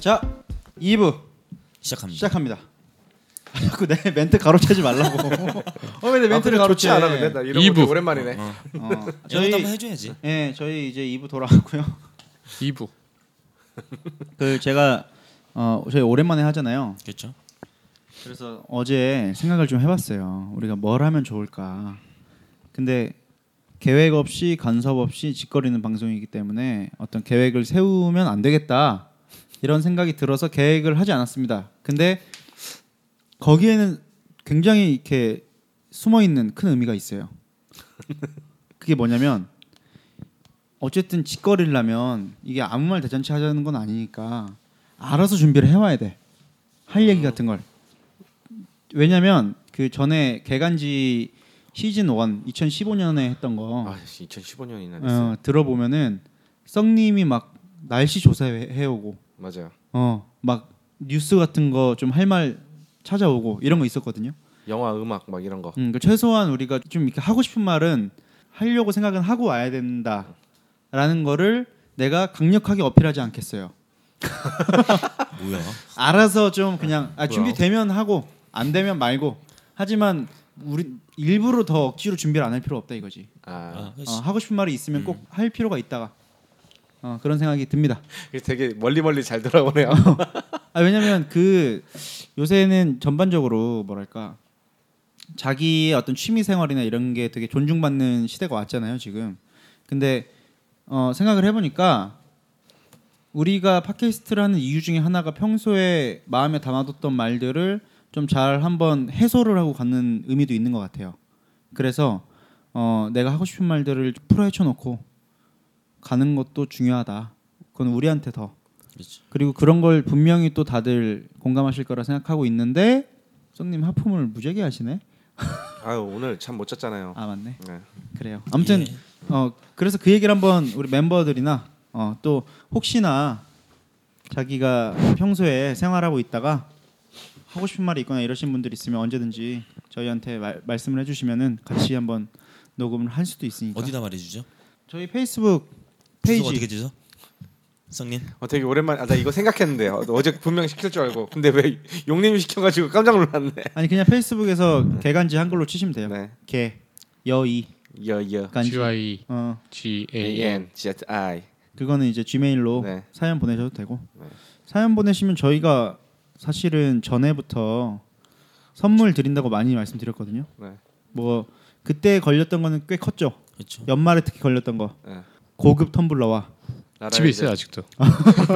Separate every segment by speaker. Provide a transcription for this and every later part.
Speaker 1: 자, 2부
Speaker 2: 시작합니다.
Speaker 1: 시작합니다. 아, 자꾸 내 멘트 가로채지 말라고. 어, 왜내 멘트를
Speaker 3: 아, 근데
Speaker 1: 가로채?
Speaker 3: 좋지 않아 근데 나 이런 거
Speaker 4: 이부.
Speaker 3: 좀 오랜만이네.
Speaker 1: 어,
Speaker 2: 저희 한번
Speaker 1: 저희
Speaker 2: 해줘야지.
Speaker 1: 예, 저희 이제 2부 돌아왔고요.
Speaker 4: 2부.
Speaker 1: 그 제가 어, 저희 오랜만에 하잖아요.
Speaker 2: 그렇죠.
Speaker 1: 그래서 어제 생각을 좀 해봤어요. 우리가 뭘 하면 좋을까. 근데 계획 없이 간섭 없이 짓거리는 방송이기 때문에 어떤 계획을 세우면 안 되겠다 이런 생각이 들어서 계획을 하지 않았습니다. 근데 거기에는 굉장히 이렇게 숨어 있는 큰 의미가 있어요. 그게 뭐냐면 어쨌든 짓거리를 하면 이게 아무 말 대잔치 하자는 건 아니니까 알아서 준비를 해와야 돼. 할
Speaker 3: 어.
Speaker 1: 얘기 같은 걸. 왜냐면 그 전에 개간지 시즌 1 2015년에 했던
Speaker 4: 어.
Speaker 1: 거
Speaker 3: 아 2015년이나 됐어.
Speaker 1: 어, 들어보면은 썩님이 막 날씨 조사해오고
Speaker 3: 맞아요.
Speaker 1: 어 막 뉴스 같은 거 좀 할 말 찾아오고 이런 거 있었거든요.
Speaker 3: 영화 음악 막 이런 거.
Speaker 1: 음, 그 최소한 우리가 좀 이렇게 하고 싶은 말은 하려고 생각은 하고 와야 된다라는 거를 내가 강력하게 어필하지 않겠어요.
Speaker 2: 뭐야?
Speaker 1: 알아서 좀 그냥 아,
Speaker 3: 뭐야?
Speaker 1: 준비되면 하고 안 되면 말고 하지만 우리 일부러 더 억지로 준비를 안 할 필요 없다 이거지.
Speaker 3: 아,
Speaker 2: 아, 그
Speaker 1: 어, 하고 싶은 말이
Speaker 3: 음.
Speaker 1: 있으면 꼭 할 필요가 있다가 어, 그런 생각이 듭니다.
Speaker 3: 이게 되게 멀리 멀리 잘 돌아오네요.
Speaker 1: 아 왜냐면 그 요새는 전반적으로 뭐랄까 자기의 어떤 취미 생활이나 이런 게 되게 존중받는 시대가 왔잖아요 지금 근데 어, 생각을 해보니까 우리가 팟캐스트를 하는 이유 중에 하나가 평소에 마음에 담아뒀던 말들을 좀 잘 한번 해소를 하고 갖는 의미도 있는 것 같아요 그래서 어, 내가 하고 싶은 말들을 풀어헤쳐놓고 가는 것도 중요하다 그건 우리한테 더
Speaker 2: 그렇죠.
Speaker 1: 그리고 그런 걸 분명히 또 다들 공감하실 거라 생각하고 있는데 썩님 하품을 무지하게 하시네.
Speaker 3: 아유 오늘 잠 못
Speaker 2: 어.
Speaker 3: 잤잖아요.
Speaker 1: 아 맞네.
Speaker 3: 네.
Speaker 1: 그래요. 아무튼
Speaker 2: 예.
Speaker 1: 어 그래서 그 얘기를 한번 우리 멤버들이나 어 또 혹시나 자기가 평소에 생활하고 있다가 하고 싶은 말이 있거나 이러신 분들 있으면 언제든지 저희한테 말, 말씀을 해주시면은 같이 한번 녹음을 할 수도 있으니까.
Speaker 2: 어디다 말해주죠?
Speaker 1: 저희 페이스북
Speaker 2: 페이지
Speaker 1: 페이지
Speaker 2: 어떻게 되죠? 성님
Speaker 3: 어, 되게 오랜만에 아, 나 이거 생각했는데 어, 어제 분명 시킬 줄 알고 근데 왜 용님이 시켜가지고 깜짝 놀랐네.
Speaker 1: 아니 그냥
Speaker 2: 네.
Speaker 1: 페이스북에서 개간지 한글로 치시면 돼요.
Speaker 3: 네.
Speaker 1: 개 여이
Speaker 3: 여여
Speaker 1: 간지.
Speaker 4: G Y
Speaker 1: 어
Speaker 4: G
Speaker 3: A
Speaker 4: A N.
Speaker 3: N Z I
Speaker 1: 그거는 이제 지메일로
Speaker 3: 네.
Speaker 1: 사연 보내셔도 되고
Speaker 3: 네.
Speaker 1: 사연 보내시면 저희가 사실은 전에부터 선물 드린다고 많이 말씀드렸거든요.
Speaker 3: 네.
Speaker 1: 뭐 그때 걸렸던 거는 꽤 컸죠.
Speaker 2: 그렇죠.
Speaker 1: 연말에 특히 걸렸던 거
Speaker 3: 네.
Speaker 1: 고급 텀블러와
Speaker 3: 나라의
Speaker 4: 집에 있어요 아직도.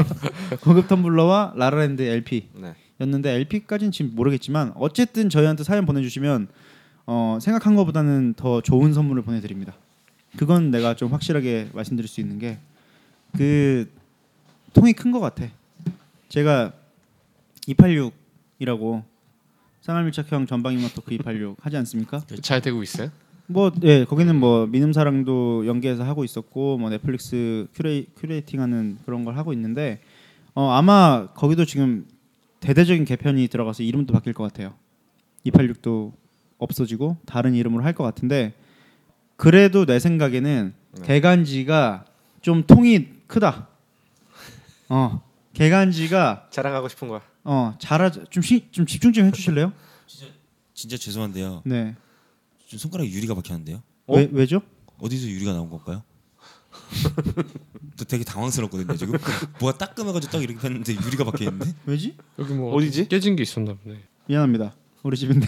Speaker 1: 고급 텀블러와 라라랜드 LP
Speaker 3: 네.
Speaker 1: 였는데 LP까지는 지금 모르겠지만 어쨌든 저희한테 사연 보내주시면 어, 생각한 것보다는 더 좋은 선물을 보내드립니다. 그건 내가 좀 확실하게 말씀드릴 수 있는 게 그 통이 큰 것 같아. 제가 286이라고 쌍알밀착형 전방이마토크 286 하지 않습니까?
Speaker 3: 그렇죠.
Speaker 4: 잘 되고 있어요?
Speaker 1: 뭐 예, 거기는 뭐 미눔사랑도 연계해서 하고 있었고 뭐 넷플릭스 큐레 큐레이팅하는 그런 걸 하고 있는데 어 아마 거기도 지금 대대적인 개편이 들어가서 이름도 바뀔 것 같아요. 286도 없어지고 다른 이름으로 할 것 같은데 그래도 내 생각에는 개간지가 좀 통이 크다. 어 개간지가
Speaker 3: 자랑하고 싶은 거야.
Speaker 1: 어 잘하 좀좀 좀 집중 좀 해주실래요?
Speaker 2: 진짜 죄송한데요.
Speaker 1: 네.
Speaker 2: 지금 손가락에 유리가 박혔는데요.
Speaker 3: 어?
Speaker 1: 왜 왜죠?
Speaker 2: 어디서 유리가 나온 건가요? 또 되게 당황스럽거든요 지금. 뭐가 따끔해가지고 딱 이렇게 했는데 유리가 박혀 있는데.
Speaker 1: 왜지?
Speaker 4: 여기 뭐
Speaker 3: 어디지?
Speaker 4: 깨진 게 있었나 보네.
Speaker 1: 미안합니다. 우리 집인데.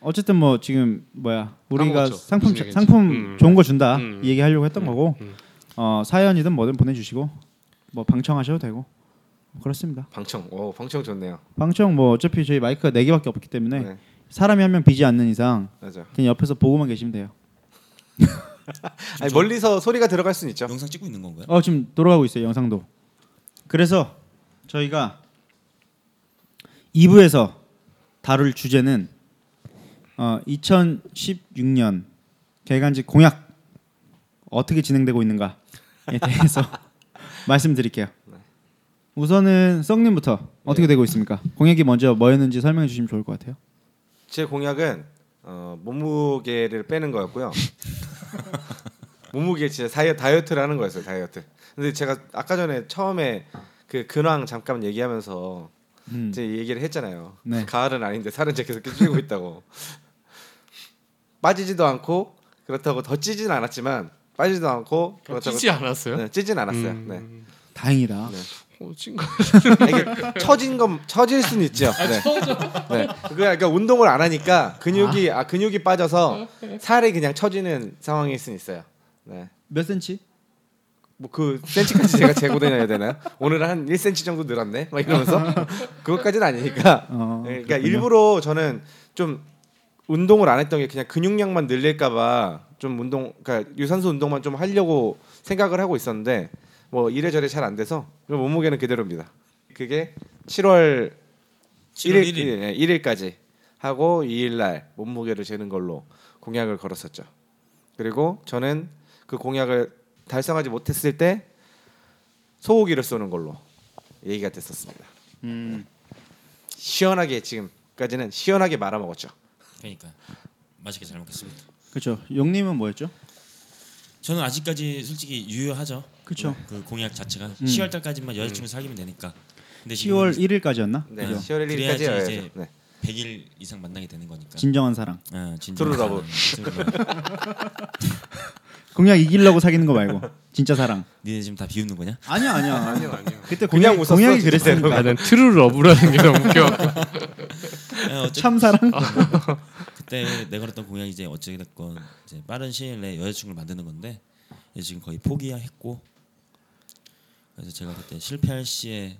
Speaker 1: 어쨌든 뭐 지금 뭐야 우리가
Speaker 4: 까먹었죠.
Speaker 1: 상품
Speaker 4: 무슨 얘기인지.
Speaker 1: 상품
Speaker 4: 음.
Speaker 1: 좋은 거 준다
Speaker 4: 음.
Speaker 1: 이 얘기 하려고 했던 거고
Speaker 4: 음.
Speaker 1: 어, 사연이든 뭐든 보내주시고 뭐 방청하셔도 되고 뭐 그렇습니다.
Speaker 3: 방청. 오 방청 좋네요.
Speaker 1: 방청 뭐 어차피 저희 마이크가 네 개밖에 없기 때문에
Speaker 3: 네.
Speaker 1: 사람이 한 명 비지 않는 이상
Speaker 3: 맞아.
Speaker 1: 그냥 옆에서 보고만 계시면 돼요.
Speaker 3: 아니 멀리서 소리가 들어갈 순 있죠.
Speaker 2: 영상 찍고 있는 건가요?
Speaker 1: 어 지금 돌아가고 있어요 영상도. 그래서 저희가 2부에서 다룰 주제는 어, 2016년 개간지 공약 어떻게 진행되고 있는가에 대해서 말씀드릴게요. 우선은 썩님부터
Speaker 3: 네.
Speaker 1: 어떻게 되고 있습니까? 공약이 먼저 뭐였는지 설명해 주시면 좋을 것 같아요.
Speaker 3: 제 공약은 어, 몸무게를 빼는 거였고요. 몸무게 진짜 다이어, 다이어트를 하는 거였어요. 다이어트. 근데 제가 아까 전에 처음에 그 근황 잠깐 얘기하면서
Speaker 1: 음.
Speaker 3: 이제 얘기를 했잖아요.
Speaker 1: 네.
Speaker 3: 가을은 아닌데 살은 이제 계속 찌고 있다고. 빠지지도 않고 그렇다고 더 찌진 않았지만 빠지지도 않고 그렇다고
Speaker 4: 찌지 않았어요?
Speaker 3: 네, 찌진 않았어요.
Speaker 4: 음.
Speaker 3: 네.
Speaker 1: 다행이다.
Speaker 3: 네.
Speaker 4: 어, 찐거
Speaker 3: 아, 이게 처진 건 처질 순 있죠. 네. 네. 그 그러니까 운동을 안 하니까 근육이 아 근육이 빠져서 살이 그냥 처지는 상황일 순 있어요. 네.
Speaker 1: 몇 센치?
Speaker 3: 뭐 그 센치까지 제가 재고 다녀야 되나요? 오늘 한 1cm 정도 늘었네. 막 이러면서 그것까지는 아니니까.
Speaker 1: 어,
Speaker 3: 네, 그러니까
Speaker 1: 그렇군요.
Speaker 3: 일부러 저는 좀 운동을 안 했던 게 그냥 근육량만 늘릴까봐 좀 운동, 그러니까 유산소 운동만 좀 하려고 생각을 하고 있었는데 뭐 이래저래 잘 안 돼서 몸무게는 그대로입니다. 그게 7월
Speaker 2: 7월
Speaker 3: 1일,
Speaker 2: 1일.
Speaker 3: 예, 1일까지 하고 2일날 몸무게를 재는 걸로 공약을 걸었었죠. 그리고 저는 그 공약을 달성하지 못했을 때 소고기를 쏘는 걸로 얘기가 됐었습니다.
Speaker 1: 음.
Speaker 3: 시원하게 지금까지는 시원하게 말아 먹었죠.
Speaker 2: 그러니까 맛있게 잘 먹겠습니다.
Speaker 1: 그렇죠. 용님은 뭐였죠?
Speaker 2: 저는 아직까지 솔직히 유효하죠.
Speaker 1: 그렇죠.
Speaker 2: 그 공약 자체가
Speaker 3: 음.
Speaker 2: 10월 달까지만 여자친구 사귀면 되니까. 근데
Speaker 1: 10월 1일까지였나?
Speaker 3: 네,
Speaker 1: 그죠?
Speaker 3: 10월
Speaker 2: 그래야지
Speaker 3: 1일까지
Speaker 2: 이제
Speaker 3: 네. 네.
Speaker 2: 100일 이상 만나게 되는 거니까.
Speaker 1: 진정한 사랑.
Speaker 2: 아, 진짜. 뭐
Speaker 3: 트루 러브.
Speaker 2: 트루러브.
Speaker 1: 공약 이기려고 사귀는 거 말고 진짜 사랑.
Speaker 2: 니네 지금 다 비웃는 거냐?
Speaker 1: 아니야, 아니야. 아니야,
Speaker 4: 아니요.
Speaker 1: 그때
Speaker 3: 그냥
Speaker 1: 공약,
Speaker 3: 웃었어,
Speaker 1: 공약이
Speaker 3: 진짜.
Speaker 1: 그랬으니까.
Speaker 4: 아난 트루 러브라는 게 너무 웃겨.
Speaker 2: 아, 어쨌든
Speaker 1: 참 사랑.
Speaker 2: 그때 내가 했던 공약이 이제 어찌 됐건 이제 빠른 시일 내에 여자친구를 만드는 건데 이제 지금 거의 포기했고 그래서 제가 그때 실패할 시에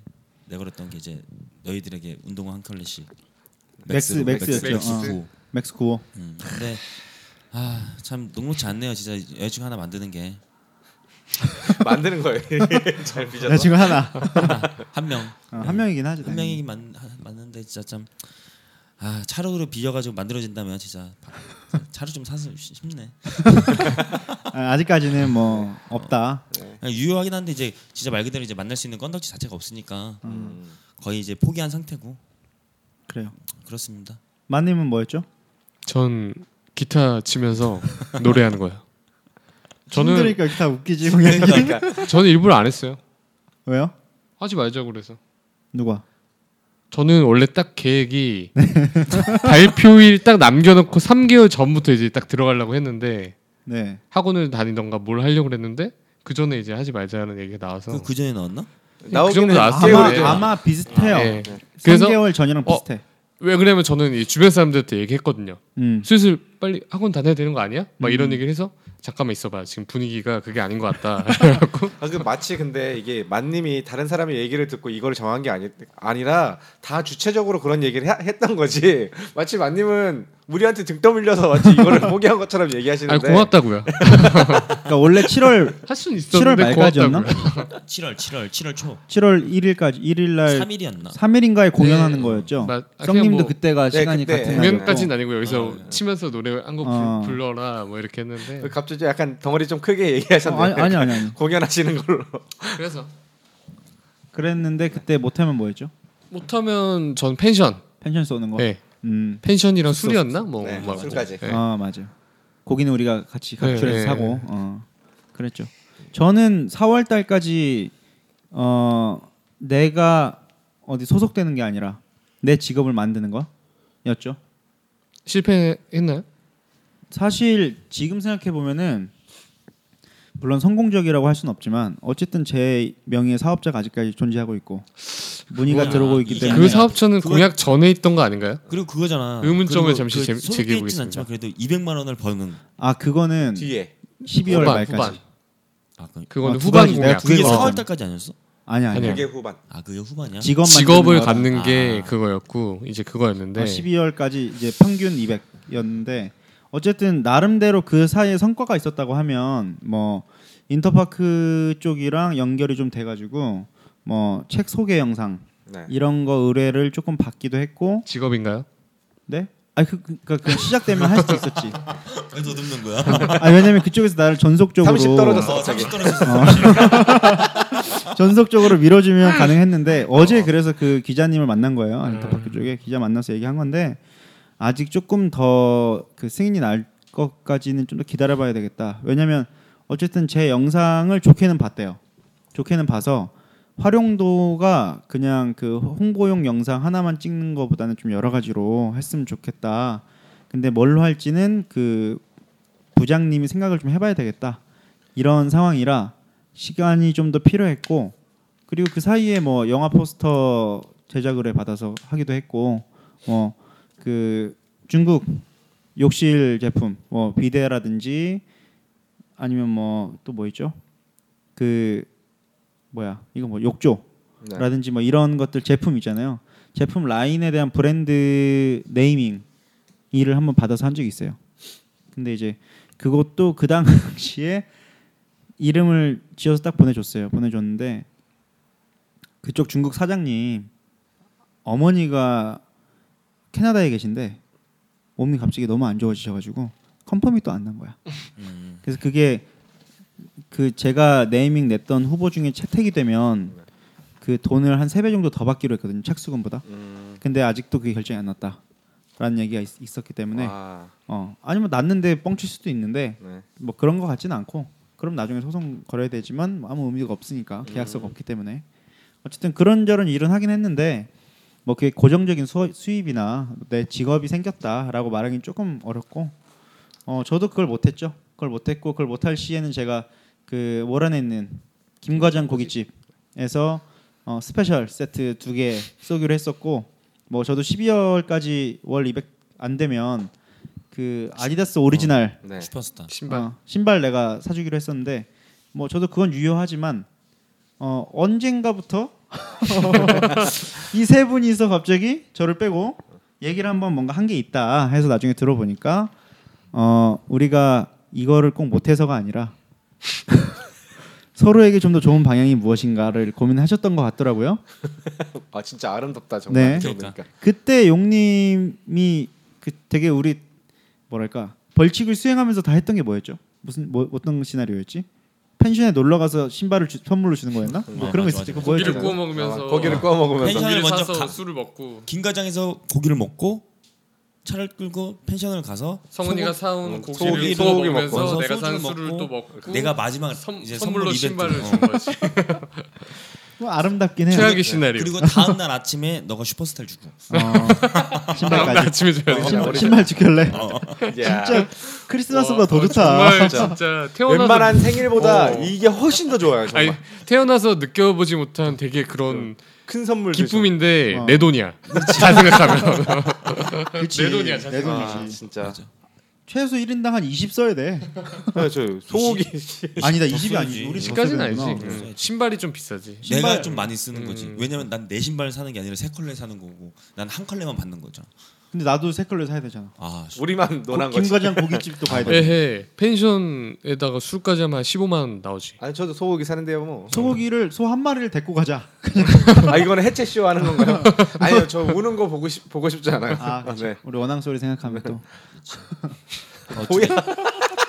Speaker 2: 내가 했던 게 이제 너희들에게 운동화 한 켤레씩
Speaker 1: 맥스,
Speaker 2: 맥스로,
Speaker 1: 맥스였죠.
Speaker 2: 맥스
Speaker 1: 어.
Speaker 2: 주고.
Speaker 1: 맥스 구호.
Speaker 2: 음, 근데 아 참 녹록지 않네요 진짜 여자친구 하나 만드는
Speaker 3: 만드는 거예요. 잘
Speaker 1: 나
Speaker 3: 빚어서.
Speaker 1: 지금 하나.
Speaker 2: 게한명한
Speaker 1: 어,
Speaker 4: 음.
Speaker 1: 한 명이긴 하지. 당연히.
Speaker 2: 명이긴 맞, 하- 맞는데 진짜 참 아 차로 비어가지고 만들어진다면 진짜 차로 좀 사서 힘내
Speaker 1: 아, 아직까지는 뭐 없다.
Speaker 2: 그냥 유효하긴 한데 이제 진짜 말 그대로 이제 만날 수 있는 건덕지 자체가 없으니까 거의 이제 포기한 상태고
Speaker 1: 그래요.
Speaker 2: 그렇습니다.
Speaker 1: 마님은 뭐였죠?
Speaker 4: 전 기타 치면서 노래하는 거야. 저는 네,
Speaker 1: 힘드니까 다 웃기지 공약이.
Speaker 4: 저는 일부러 안 했어요.
Speaker 1: 왜요?
Speaker 4: 하지 말자고 그래서.
Speaker 1: 누가?
Speaker 4: 저는 원래 딱 계획이 발표일 딱 남겨놓고 3개월 전부터 이제 딱 들어가려고 했는데
Speaker 1: 네.
Speaker 4: 학원을 다니던가 뭘 하려고 그랬는데 그 전에 이제 하지 말자는 얘기가 나와서
Speaker 2: 그, 그 전에 나왔나?
Speaker 4: 그 정도
Speaker 3: 나오기는
Speaker 4: 나왔어요.
Speaker 3: 꽤
Speaker 1: 아마
Speaker 4: 그래요?
Speaker 3: 오래돼요.
Speaker 1: 아마 비슷해요.
Speaker 4: 예. 그래서
Speaker 1: 3개월 전이랑
Speaker 4: 어.
Speaker 1: 비슷해.
Speaker 4: 왜 그러냐면 저는 이 주변 사람들한테 얘기했거든요.
Speaker 1: 음.
Speaker 4: 슬슬 빨리 학원 다녀야 되는 거 아니야? 막 이런 얘기를 해서 잠깐만 있어봐. 지금 분위기가 그게 아닌 것 같다.
Speaker 3: 아, 그 마치 근데 이게 만님이 다른 사람의 얘기를 듣고 이걸 정한 게 아니, 아니라 다 주체적으로 그런 얘기를 해- 했던 거지. 마치 만님은 우리한테 등 떠밀려서 마치 이거를 포기한 것처럼
Speaker 4: 아니
Speaker 3: 얘기하시는데
Speaker 4: 고맙다고요.
Speaker 1: 그러니까 원래 7월
Speaker 4: 할
Speaker 1: 7월
Speaker 4: 수는 있었는데
Speaker 1: 말까지였나?
Speaker 4: 고맙다고요.
Speaker 2: 7월 7월 7월 초
Speaker 1: 7월 1일까지 1일
Speaker 2: 아,
Speaker 1: 날
Speaker 2: 3일이었나?
Speaker 1: 3일인가에 공연하는
Speaker 4: 네.
Speaker 1: 거였죠.
Speaker 4: 맞- 아, 그냥
Speaker 1: 성님도
Speaker 4: 뭐-
Speaker 1: 그때가
Speaker 3: 네,
Speaker 1: 시간이
Speaker 3: 그때.
Speaker 1: 같은 날이었고.
Speaker 4: 공연까지는 아니고 여기서
Speaker 2: 아,
Speaker 4: 치면서 노래 한 곡
Speaker 1: 네. 어.
Speaker 4: 불러라 뭐 이렇게 했는데
Speaker 3: 그 갑자기 약간 덩어리 좀 크게
Speaker 1: 어,
Speaker 3: 얘기하셨는데
Speaker 1: 아니 아니 아니. 아니.
Speaker 3: 공연하시는 걸로.
Speaker 4: 그래서
Speaker 1: 그랬는데 그때 못하면 뭐였죠?
Speaker 4: 못하면 전 펜션,
Speaker 1: 펜션 쏘는 거.
Speaker 4: 네
Speaker 1: 음.
Speaker 4: 펜션이랑 술이었나 뭐
Speaker 3: 네,
Speaker 4: 막-
Speaker 3: 술까지.
Speaker 4: 네.
Speaker 1: 아 맞아. 고기는 우리가 같이 각출해서
Speaker 4: 네, 네,
Speaker 1: 사고. 어. 그랬죠. 저는 4월 달까지 어 내가 어디 소속되는 게 아니라 내 직업을 만드는 거였죠.
Speaker 4: 실패했나요?
Speaker 1: 사실 지금 생각해 보면은 물론 성공적이라고 할 수는 없지만 어쨌든 제 명의의 사업자가 아직까지 존재하고 있고 문의가
Speaker 2: 그거야.
Speaker 1: 들어오고 있기
Speaker 2: 이게
Speaker 1: 때문에
Speaker 4: 그 사업처는
Speaker 2: 그거-
Speaker 4: 공약 전에 있던 거 아닌가요?
Speaker 2: 그리고 그거잖아.
Speaker 4: 의문점을
Speaker 2: 그리고
Speaker 4: 잠시
Speaker 2: 그
Speaker 4: 제-
Speaker 2: 손
Speaker 4: 제기해
Speaker 2: 깨진
Speaker 4: 보겠습니다.
Speaker 2: 않지만 그래도 200만 원을 버는
Speaker 1: 아 그거는
Speaker 3: 뒤에
Speaker 1: 12월
Speaker 4: 후반,
Speaker 1: 말까지
Speaker 4: 후반.
Speaker 2: 아 그,
Speaker 1: 아,
Speaker 4: 그거는
Speaker 1: 두
Speaker 4: 후반
Speaker 1: 가지, 내가
Speaker 4: 공약.
Speaker 1: 두 개-
Speaker 2: 그게
Speaker 1: 그게
Speaker 2: 4월
Speaker 1: 맞아.
Speaker 2: 달까지 아니었어?
Speaker 1: 아니 아니
Speaker 4: 아니야.
Speaker 1: 아니
Speaker 3: 그게 후반.
Speaker 2: 아 그게
Speaker 3: 예?
Speaker 2: 후반이야?
Speaker 1: 직업만
Speaker 4: 직업을
Speaker 1: 듣는 거라.
Speaker 4: 갖는 게
Speaker 2: 아.
Speaker 4: 그거였고 이제 그거였는데
Speaker 1: 어, 12월까지 이제 평균 200이었는데 어쨌든 나름대로 그 사이에 성과가 있었다고 하면 뭐 인터파크 쪽이랑 연결이 좀 돼가지고 뭐 책 소개 영상
Speaker 3: 네.
Speaker 1: 이런 거 의뢰를 조금 받기도 했고
Speaker 4: 직업인가요?
Speaker 1: 네? 아, 그, 그, 그러니까 그 시작되면 할 수도 있었지.
Speaker 2: 왜 더듬는 거야?
Speaker 1: 아, 왜냐면 그쪽에서 나를 전속적으로
Speaker 3: 30 떨어졌어.
Speaker 2: 어, 잠시 떨어졌어.
Speaker 1: 전속적으로 밀어주면 가능했는데 어제 그래서 그 기자님을 만난 거예요. 안타파크 쪽에 기자 만나서 얘기한 건데 아직 조금 더 그 승인이 날 것까지는 좀 더 기다려봐야 되겠다. 왜냐면 어쨌든 제 영상을 좋게는 봤대요. 좋게는 봐서 활용도가 그냥 그 홍보용 영상 하나만 찍는 것보다는 좀 여러 가지로 했으면 좋겠다. 근데 뭘로 할지는 그 부장님이 생각을 좀 해봐야 되겠다. 이런 상황이라 시간이 좀 더 필요했고 그리고 그 사이에 뭐 영화 포스터 제작을 해 받아서 하기도 했고 뭐 그 중국 욕실 제품 뭐 비데라든지 아니면 뭐 또 뭐 있죠 그 뭐야 이거 뭐 욕조
Speaker 3: 네.
Speaker 1: 라든지 뭐 이런 것들 제품 있잖아요. 제품 라인에 대한 브랜드 네이밍 일을 한번 받아서 한 적이 있어요. 근데 이제 그것도 그 당시에 이름을 지어서 딱 보내줬어요. 보내줬는데 그쪽 중국 사장님 어머니가 캐나다에 계신데 몸이 갑자기 너무 안 좋아지셔가지고 컨펌이 또 안 난 거야. 그래서 그게 그 제가 네이밍 냈던 후보 중에 채택이 되면 그 돈을 한 세 배 정도 더 받기로 했거든요 착수금보다 근데 아직도 그게 결정이 안 났다라는 얘기가 있, 었기 때문에
Speaker 3: 아,
Speaker 1: 어 아니면 났는데 뻥칠 수도 있는데
Speaker 3: 네.
Speaker 1: 뭐 그런 거 같지는 않고 그럼 나중에 소송 걸어야 되지만 뭐 아무 의미가 없으니까 계약서가 없기 때문에 어쨌든 그런저런 일은 하긴 했는데 뭐 그게 고정적인 수, 수입이나 내 직업이 생겼다라고 말하기는 조금 어렵고 어 저도 그걸 못했죠 그걸 못했고 그걸 못할 시에는 제가 그 모란에 있는 김과장 고깃집에서 어, 스페셜 세트 두 개 쏘기로 했었고 뭐 저도 12월까지 월 200 안 되면 그 아디다스 오리지널
Speaker 3: 네.
Speaker 2: 슈퍼스타.
Speaker 4: 어, 신발
Speaker 1: 어, 신발 내가 사주기로 했었는데 뭐 저도 그건 유효하지만 어, 언젠가부터 이 세 분이서 갑자기 저를 빼고 얘기를 한번 뭔가 한 게 있다 해서 나중에 들어보니까 어, 우리가 이거를 꼭 못해서가 아니라 서로에게 좀 더 좋은 방향이 무엇인가를 고민하셨던 것 같더라고요.
Speaker 3: 아 진짜 아름답다 정말. 그러니까.
Speaker 1: 네.
Speaker 4: 그러니까.
Speaker 1: 그때 용님이 그 되게 우리 뭐랄까 벌칙을 수행하면서 다 했던 게 뭐였죠? 무슨 뭐, 어떤 시나리오였지? 펜션에 놀러 가서 신발을 주- 선물로 주는 거였나? 뭐
Speaker 2: 아,
Speaker 1: 그런 거
Speaker 2: 맞아,
Speaker 1: 있었지.
Speaker 2: 맞아.
Speaker 1: 그거
Speaker 4: 고기를
Speaker 1: 뭐였죠?
Speaker 4: 구워 먹으면서
Speaker 3: 거기를 아, 구워 먹으면서
Speaker 2: 펜션-
Speaker 4: 고기를
Speaker 2: 먼저
Speaker 4: 사서
Speaker 2: 가-
Speaker 4: 술을 먹고
Speaker 2: 김 과장에서 고기를 먹고 차를 끌고 펜션을 가서
Speaker 4: 성훈이가
Speaker 2: 소고-
Speaker 4: 사온
Speaker 3: 음,
Speaker 4: 고기를
Speaker 2: 소고기
Speaker 4: 구워
Speaker 3: 먹고
Speaker 4: 먹으면서
Speaker 2: 와서
Speaker 4: 내가 산
Speaker 2: 소주를
Speaker 4: 술을
Speaker 2: 먹고
Speaker 4: 또 먹고
Speaker 2: 내가 마지막
Speaker 4: 선,
Speaker 2: 이제
Speaker 4: 선물로
Speaker 2: 선물 이벤트.
Speaker 4: 신발을
Speaker 2: 어.
Speaker 4: 준 거지
Speaker 1: 뭐 아름답긴 해요.
Speaker 4: 최악의 시나리오
Speaker 2: 그리고 다음 날 아침에 너가 슈퍼스타를 주고.
Speaker 1: 어,
Speaker 4: 다음 어. 날
Speaker 1: 신발까지. 어.
Speaker 4: 아침에 줘야 돼
Speaker 1: 신발, 신발 지킬래?
Speaker 3: 진짜
Speaker 1: 진짜 크리스마스보다 더
Speaker 4: 와,
Speaker 1: 좋다.
Speaker 4: 어, 정말 진짜 태어나서
Speaker 3: 웬만한 생일보다
Speaker 4: 어.
Speaker 3: 이게 훨씬 더 좋아요 정말.
Speaker 4: 아니 태어나서 느껴보지 못한 되게 네. 그런
Speaker 3: 큰 선물
Speaker 4: 기쁨인데
Speaker 1: 어.
Speaker 4: 내 돈이야. 잘 생각하면
Speaker 1: 그치.
Speaker 4: 내 돈이야,
Speaker 1: 내
Speaker 4: 자식아.
Speaker 1: 돈이지.
Speaker 3: 아 진짜.
Speaker 2: 맞아.
Speaker 1: 최소 1인당 한 20 써야 돼.
Speaker 3: 네, 저 소고기
Speaker 1: 아니다.
Speaker 2: 더
Speaker 1: 20이
Speaker 2: 써야지.
Speaker 1: 아니지. 우리 더
Speaker 4: 까지는
Speaker 1: 써야
Speaker 4: 아니지.
Speaker 1: 되구나.
Speaker 2: 그래서.
Speaker 4: 응. 신발이 좀 비싸지.
Speaker 1: 신발-
Speaker 2: 내가 좀 많이 쓰는 거지.
Speaker 4: 음.
Speaker 2: 왜냐면 난 내 신발 사는 게 아니라 세 컬레 사는 거고 난 한 컬레만 받는 거잖아.
Speaker 1: 근데 나도 새 걸로 사야 되잖아.
Speaker 2: 아, 씨.
Speaker 3: 우리만 논한
Speaker 1: 김
Speaker 3: 거지.
Speaker 1: 과장 고깃집도 가야 돼.
Speaker 4: 에헤 펜션에다가 술까지 하면 15만 원 나오지.
Speaker 3: 아니 저도 소고기 사는데요 뭐.
Speaker 1: 소고기를 소 한 마리를 데리고 가자.
Speaker 3: 아 이거는 해체 쇼 하는 건가요? 아니요 저 우는 거 보고 싶 보고 싶지 않아요.
Speaker 1: 아, 그치.
Speaker 3: 네.
Speaker 1: 우리 원앙 소리 생각하면 또 뭐,
Speaker 2: 어쨌든,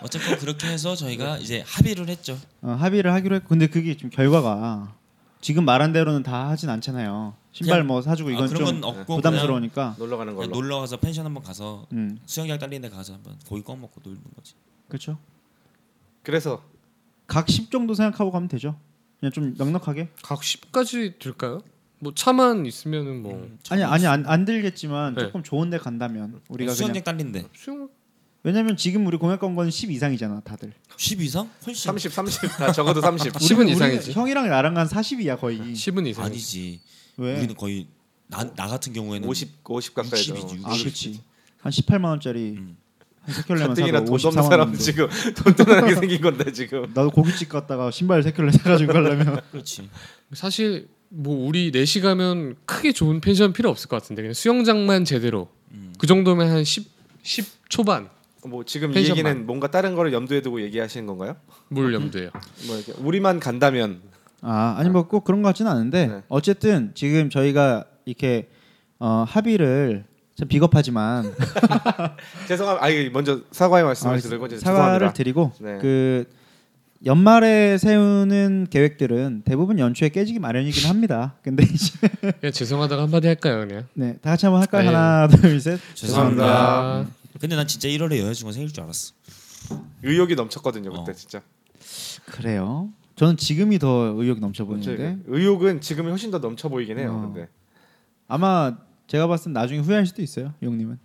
Speaker 2: 어쨌든 그렇게 해서
Speaker 1: 네.
Speaker 2: 저희가 이제 합의를 했죠.
Speaker 1: 어, 합의를 하기로 했고 근데 그게 좀 결과가 지금 말한 대로는 다 하진 않잖아요. 신발
Speaker 2: 그냥-
Speaker 1: 뭐 사주고 이건
Speaker 2: 아, 그런
Speaker 1: 좀
Speaker 2: 건 없고
Speaker 1: 부담스러우니까.
Speaker 3: 아. 놀러 가는
Speaker 2: 그냥, 그냥
Speaker 3: 걸로.
Speaker 2: 놀러 가서 펜션 한번 가서
Speaker 1: 음,
Speaker 2: 수영장 딸리는 데 가서 한번 고기 꺼 먹고 놀는 거지.
Speaker 1: 그렇죠.
Speaker 3: 그래서
Speaker 1: 각 10 정도 생각하고 가면 되죠. 그냥 좀 넉넉하게.
Speaker 4: 각 10까지 될까요? 뭐 차만 있으면은 뭐
Speaker 2: 음,
Speaker 1: 아니 아니 안, 안 들겠지만
Speaker 4: 네.
Speaker 1: 조금 좋은데 간다면 우리가 그냥
Speaker 2: 수영장 딸린데
Speaker 4: 수영
Speaker 1: 왜냐면 지금 우리 공약 광고는 10 이상이잖아 다들.
Speaker 2: 10 이상? 훨씬
Speaker 3: 30 30 다 아, 적어도 30.
Speaker 4: 10은
Speaker 1: 우리는- 우리
Speaker 4: 이상이지. 네.
Speaker 1: 형이랑 나랑 한 40이야 거의.
Speaker 4: 10은 이상. 이
Speaker 2: 아니지.
Speaker 1: 왜?
Speaker 2: 우리는 거의 나, 나 같은 경우에는
Speaker 3: 50 50 가까이 죠
Speaker 2: 60이지.
Speaker 1: 아 그렇지. 한 18만 원짜리
Speaker 2: 음.
Speaker 1: 한세 켤레만
Speaker 3: 가뜩이나
Speaker 1: 사도
Speaker 3: 돈
Speaker 1: 54만
Speaker 3: 없는
Speaker 1: 원.
Speaker 3: 사람
Speaker 1: 정도.
Speaker 3: 지금 돈 떠나게 생긴 건데 지금.
Speaker 1: 나도 고깃집 갔다가 신발 세 켤레 사가지고 가려면
Speaker 2: 그렇지.
Speaker 4: 사실 뭐 우리 넷이 가면 크게 좋은 펜션 필요 없을 것 같은데 그냥 수영장만 제대로 그 정도면 한 10, 10 초반
Speaker 3: 뭐 지금 이
Speaker 4: 펜션만.
Speaker 3: 얘기는 뭔가 다른 거를 염두에 두고 얘기하시는 건가요?
Speaker 4: 물 염두예요.
Speaker 3: 뭐 이렇게 우리만 간다면
Speaker 1: 아 아니 뭐 꼭 그런 것 같지는 않은데
Speaker 3: 네.
Speaker 1: 어쨌든 지금 저희가 이렇게 어, 합의를 참 비겁하지만
Speaker 3: 죄송합니다. 아 이게 먼저 사과의
Speaker 1: 아,
Speaker 3: 말씀을 드리고 이제
Speaker 1: 사과를
Speaker 3: 죄송합니다.
Speaker 1: 드리고
Speaker 3: 네.
Speaker 1: 그 연말에 세우는 계획들은 대부분 연초에 깨지기 마련이긴 합니다. 근데 이제
Speaker 4: 그냥 죄송하다고 한마디 할까요 그냥?
Speaker 1: 네, 다 같이 한번 할까요?
Speaker 4: 네.
Speaker 1: 하나 둘 셋.
Speaker 2: 죄송합니다.
Speaker 4: 죄송합니다.
Speaker 2: 근데 난 진짜 1월에 여자친구 생길 줄 알았어.
Speaker 3: 의욕이 넘쳤거든요 그때
Speaker 2: 어.
Speaker 3: 진짜.
Speaker 1: 그래요. 저는 지금이 더 의욕이 넘쳐 보이는데
Speaker 3: 제 의욕은 지금이 훨씬 더 넘쳐 보이긴 해요.
Speaker 1: 어.
Speaker 3: 근데
Speaker 1: 아마 제가 봤을 땐 나중에 후회할 수도 있어요. 용님은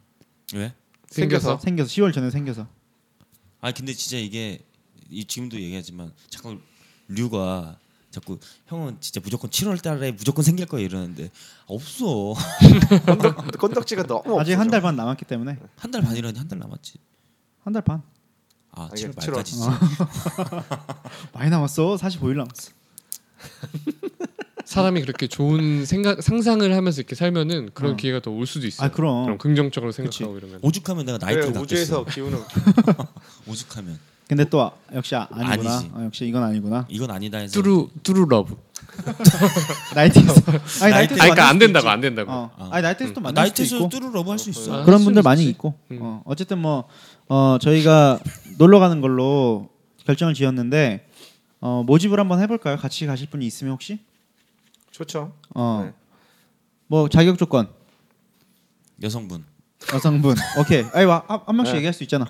Speaker 2: 왜?
Speaker 4: 생겨서?
Speaker 1: 생겨서 10월 전에 생겨서
Speaker 2: 아 근데 진짜 이게 이 지금도 얘기하지만 자꾸 류가 자꾸 형은 진짜 무조건 7월 달에 무조건 생길 거야 이러는데 없어
Speaker 3: 건덕, 건덕지가 너무
Speaker 1: 아직 한 달 반 남았기 때문에
Speaker 2: 한 달 반이라니 한 달 남았지
Speaker 1: 한 달 반
Speaker 2: 아
Speaker 3: 아,
Speaker 2: 7월
Speaker 3: 이게 칠월.
Speaker 2: 말까지지
Speaker 1: 어. 많이 남았어. 45일 남았어.
Speaker 4: 사람이 그렇게 좋은 생각 상상을 하면서 이렇게 살면은 그런
Speaker 1: 어.
Speaker 4: 기회가 더 올 수도 있어요.
Speaker 1: 아 그럼.
Speaker 4: 그럼 긍정적으로
Speaker 2: 그치.
Speaker 4: 생각하고 이러면
Speaker 2: 오죽하면 내가
Speaker 3: 왜
Speaker 2: 나이트를
Speaker 3: 네, 우주에서
Speaker 2: 낚였어
Speaker 3: 기운을
Speaker 2: 오죽하면
Speaker 1: 근데 또 아- 역시 아, 아니구나.
Speaker 2: 아니지.
Speaker 1: 아, 역시 이건 아니구나.
Speaker 2: 이건 아니다 해서
Speaker 4: 뚜루 뚜루 러브.
Speaker 1: 나이트에서 아니
Speaker 2: 나이트-
Speaker 1: 나이트에서
Speaker 4: 아 그러니까
Speaker 1: 만날
Speaker 4: 안
Speaker 1: 수도
Speaker 4: 된다고
Speaker 1: 있지.
Speaker 4: 안 된다고.
Speaker 1: 어.
Speaker 2: 아.
Speaker 1: 아니 나이트에서도 만날 수도
Speaker 2: 나이트에서
Speaker 1: 있고
Speaker 2: 뚜루러브 할 수 있어
Speaker 3: 아,
Speaker 1: 그런 분들
Speaker 4: 할 수는
Speaker 1: 많이
Speaker 4: 있지.
Speaker 1: 있고
Speaker 4: 음.
Speaker 1: 어, 어쨌든 뭐 어 저희가 놀러 가는 걸로 결정을 지었는데 어, 모집을 한번 해볼까요? 같이 가실 분이 있으면 혹시
Speaker 3: 좋죠.
Speaker 1: 어
Speaker 3: 네.
Speaker 1: 뭐 자격 조건
Speaker 2: 여성분
Speaker 1: 여성분 오케이 아이 와한 명씩
Speaker 3: 네.
Speaker 1: 얘기할 수 있잖아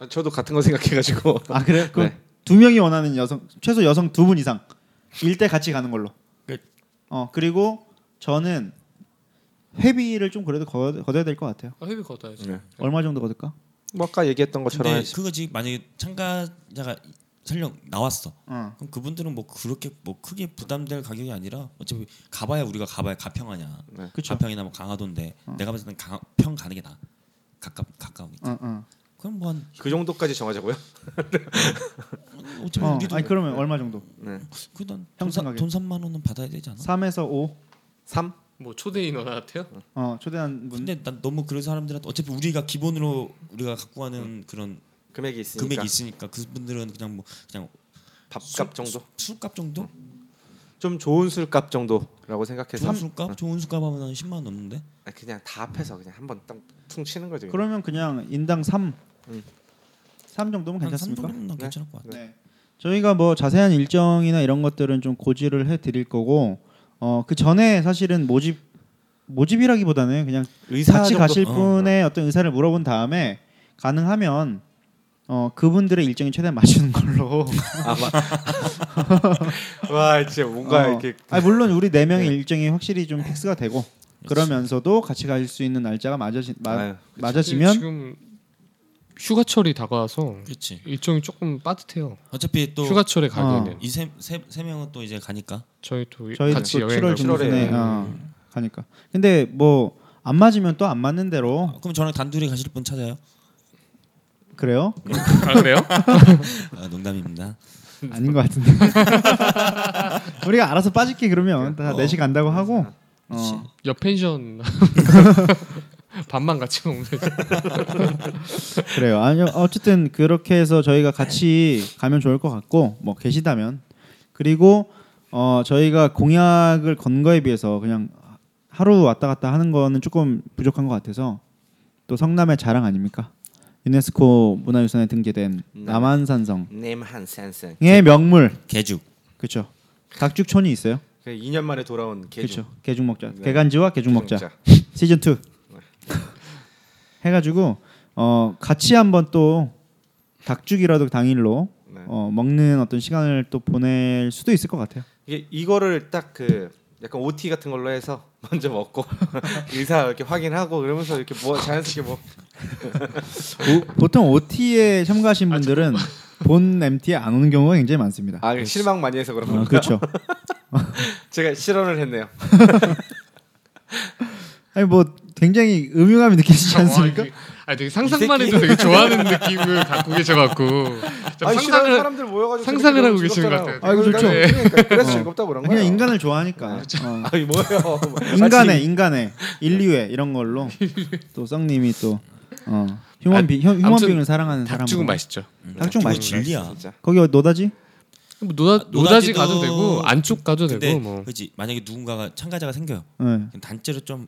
Speaker 3: 아, 저도 같은 거 생각해가지고
Speaker 1: 아 그래 그럼
Speaker 3: 네.
Speaker 1: 두 명이 원하는 여성 최소 여성 두 분 이상 일 때 같이 가는 걸로
Speaker 3: 그
Speaker 2: 끝.
Speaker 1: 어 그리고 저는 회비를 좀 그래도 거- 거둬야 될 것 같아요
Speaker 4: 회비 걷어야지.
Speaker 3: 네.
Speaker 1: 얼마 정도 거둘까
Speaker 3: 뭐 아까 얘기했던 것처럼
Speaker 2: 근데 그거 지금 만약에 참가자가 설령 나왔어
Speaker 1: 어
Speaker 2: 그럼 그분들은 뭐 그렇게 뭐 크게 부담될 가격이 아니라 어차피 가봐야 우리가 가봐야 가평하냐
Speaker 1: 그쵸
Speaker 2: 가평이나 뭐 강화도인데 내가 봤을 땐 가평 가는 게 나아 가깝 가까우니까
Speaker 1: 어, 어.
Speaker 2: 그럼 뭐한
Speaker 3: 그 정도까지 정하자고요.
Speaker 2: 어차피
Speaker 1: 어,
Speaker 2: 우리도
Speaker 1: 아니 그러면 얼마 정도?
Speaker 2: 그돈
Speaker 1: 형
Speaker 2: 돈
Speaker 1: 생각에.
Speaker 2: 3만 원은 받아야 되지 않아?
Speaker 1: 3에서 5.
Speaker 3: 3
Speaker 4: 뭐 초대 인원한테요?
Speaker 1: 어, 초대한
Speaker 3: 음,
Speaker 1: 분.
Speaker 2: 근데 난 너무 그런 사람들한테 어차피 우리가 기본으로 우리가 갖고 가는 그런
Speaker 3: 금액이 있으니까
Speaker 2: 금액이 있으니까 그분들은 그냥 뭐 그냥
Speaker 3: 밥값 정도
Speaker 2: 술값 정도?
Speaker 3: 좀 좋은 술값 정도라고 생각해서
Speaker 2: 좋은 술값? 좋은 술값 하면 한 10만 원 넘는데?
Speaker 3: 아, 그냥 다 합해서 그냥 한번 땅퉁 치는 거죠. 그냥.
Speaker 1: 그러면 그냥 인당 3.
Speaker 3: 네. 음.
Speaker 1: 3 정도면
Speaker 2: 한 3,
Speaker 1: 괜찮습니까?
Speaker 2: 4만 원
Speaker 3: 네.
Speaker 2: 괜찮을 것 같아
Speaker 1: 네. 저희가 뭐 자세한 일정이나 이런 것들은 좀 고지를 해 드릴 거고 어, 그 전에 사실은 모집 모집이라기보다는 그냥
Speaker 3: 의사
Speaker 1: 같이
Speaker 3: 정도?
Speaker 1: 가실
Speaker 2: 어.
Speaker 1: 분의 어떤 의사를 물어본 다음에 가능하면 어, 그분들의 일정이 최대한 맞추는 걸로.
Speaker 3: 와 진짜 뭔가
Speaker 1: 어.
Speaker 3: 이렇게
Speaker 1: 아니, 물론 우리 네 명의 일정이 확실히 좀 픽스가 되고 그러면서도 같이 갈 수 있는 날짜가 맞아지, 마,
Speaker 3: 아유,
Speaker 1: 맞아지면
Speaker 4: 지금 휴가철이 다가와서
Speaker 2: 그렇지
Speaker 4: 일정이 조금 빠듯해요.
Speaker 2: 어차피 또 이
Speaker 4: 휴가철에
Speaker 1: 어.
Speaker 4: 가기에는
Speaker 2: 세세 세 명은 또 이제 가니까
Speaker 4: 저희 또
Speaker 1: 저희
Speaker 4: 같이
Speaker 1: 또 7월
Speaker 4: 여행 가고
Speaker 1: 중순에
Speaker 3: 칠월에.
Speaker 1: 어, 가니까. 근데 뭐 안 맞으면 또 안 맞는 대로
Speaker 2: 어, 그럼 저랑 단둘이 가실 분 찾아요?
Speaker 1: 그래요?
Speaker 4: 아 그래요?
Speaker 2: 아, 농담입니다
Speaker 1: 아닌 것 같은데. 우리가 알아서 빠질게 그러면 다
Speaker 2: 어.
Speaker 1: 넷이 간다고 하고.
Speaker 2: 그치.
Speaker 1: 어.
Speaker 4: 옆 펜션 밥만 같이 먹는
Speaker 1: 그래요. 아니 어쨌든 그렇게 해서 저희가 같이 가면 좋을 것 같고 뭐 계시다면 그리고 어 저희가 공약을 건 거에 비해서 그냥 하루 왔다 갔다 하는 거는 조금 부족한 것 같아서 또 성남의 자랑 아닙니까? 유네스코 문화유산에 등재된
Speaker 3: 네.
Speaker 1: 남한산성의
Speaker 3: 님 한센센
Speaker 1: 명물
Speaker 2: 개죽
Speaker 3: 네.
Speaker 1: 그렇죠. 닭죽촌이 있어요.
Speaker 3: 2년 만에 돌아온 개주
Speaker 1: 그렇죠. 개죽 먹자.
Speaker 3: 네.
Speaker 1: 개간지와 개죽 먹자. 시즌 2 해가지고 어 같이 한번 또 닭죽이라도 당일로
Speaker 3: 네.
Speaker 1: 어, 먹는 어떤 시간을 또 보낼 수도 있을 것 같아요.
Speaker 3: 이게 이거를 딱 그 약간 OT 같은 걸로 해서 먼저 먹고 의사 이렇게 확인하고 그러면서 이렇게 뭐 자연스럽게 뭐
Speaker 1: 오- 보통 OT에 참가하신
Speaker 4: 아,
Speaker 1: 분들은 본 MT에 안 오는 경우가 굉장히 많습니다.
Speaker 3: 아, 실망 많이 해서 그런
Speaker 1: 어,
Speaker 3: 건가?
Speaker 1: 그렇죠.
Speaker 3: 제가 실언을 했네요.
Speaker 1: 아니 뭐 굉장히 음흉함이 느껴지지 않습니까?
Speaker 4: 와, 아, 뭐 이게- 아니 되게 상상만 해도 되게 좋아하는 느낌을 갖고 계셔갖고 좀
Speaker 3: 아니, 실언
Speaker 4: 상상을
Speaker 3: 사람들 모여가지고
Speaker 4: 상상을
Speaker 3: 재밌게
Speaker 4: 하고
Speaker 3: 놀면
Speaker 4: 계시는 것
Speaker 1: 같아요.
Speaker 3: 즐겁잖아요.
Speaker 1: 아이고, 좋죠.
Speaker 3: 그러니까 그래서
Speaker 1: 어.
Speaker 3: 즐겁다고 그런 거예요.
Speaker 1: 그냥 인간을 좋아하니까 어,
Speaker 3: 아니 뭐예요?
Speaker 1: 인간의
Speaker 4: 네.
Speaker 1: 인간의 인류의 이런 걸로 또 쌍님이 또 어, 휴먼 비 휴- 휴먼
Speaker 4: 아무튼
Speaker 1: 빙을 사랑하는 사람
Speaker 4: 닭죽은 맛있죠.
Speaker 1: 닭죽
Speaker 2: 뭐
Speaker 1: 맛있죠.
Speaker 2: 진리야
Speaker 3: 진짜.
Speaker 1: 거기 어, 노다지?
Speaker 4: 뭐 노다,
Speaker 2: 아,
Speaker 4: 노다지
Speaker 2: 노다지도-
Speaker 4: 가도 되고 안쪽 가도
Speaker 2: 근데
Speaker 4: 되고 뭐
Speaker 2: 그렇지 만약에 누군가가 참가자가 생겨요
Speaker 1: 네.
Speaker 2: 그럼 단체로 좀한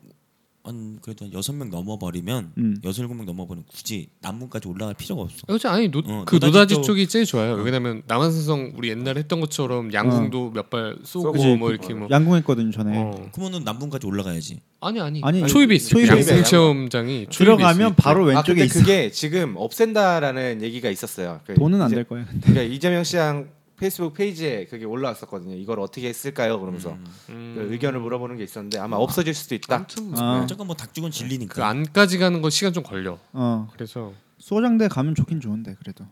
Speaker 2: 그래도 한 여섯 명 넘어버리면
Speaker 1: 음.
Speaker 2: 여섯 일곱 명 넘어버리면 굳이 남문까지 올라갈 필요가 없어.
Speaker 4: 그렇지 아니 노,
Speaker 2: 어,
Speaker 4: 그
Speaker 2: 노다지
Speaker 4: 노다지
Speaker 2: 쪽-
Speaker 4: 쪽이 제일 좋아요. 왜냐면 남한산성 우리 옛날에 했던 것처럼 양궁도
Speaker 1: 어.
Speaker 4: 몇 발 쏘고
Speaker 3: 쏘고
Speaker 1: 그
Speaker 4: 뭐 이렇게 뭐
Speaker 1: 양궁했거든요 전에.
Speaker 4: 어.
Speaker 2: 그러면은 남문까지 올라가야지.
Speaker 4: 아니 아니,
Speaker 1: 네. 아니,
Speaker 4: 초입에 있어
Speaker 1: 초입에
Speaker 4: 양궁
Speaker 3: 있어요.
Speaker 4: 체험장이 초입에
Speaker 1: 들어가면
Speaker 4: 있으니까.
Speaker 1: 바로
Speaker 3: 아
Speaker 1: 왼쪽에
Speaker 3: 근데
Speaker 1: 있어.
Speaker 3: 그게 지금 없앤다라는 얘기가 있었어요. 그
Speaker 1: 돈은
Speaker 3: 이제-
Speaker 1: 안 될 거예요.
Speaker 3: 그러니까 이재명 씨랑 페이스북 페이지에 그게 올라왔었거든요. 이걸 어떻게 했을까요? 그러면서
Speaker 1: 음.
Speaker 4: 음.
Speaker 3: 그 의견을 물어보는 게 있었는데 아마 없어질 수도 있다.
Speaker 4: 아무튼
Speaker 1: 아,
Speaker 2: 조금 뭐 닭죽은 진리니까.
Speaker 4: 그 안까지 가는 건 시간 좀 걸려.
Speaker 1: 어
Speaker 4: 그래서
Speaker 1: 소장대 가면 좋긴 좋은데 그래도.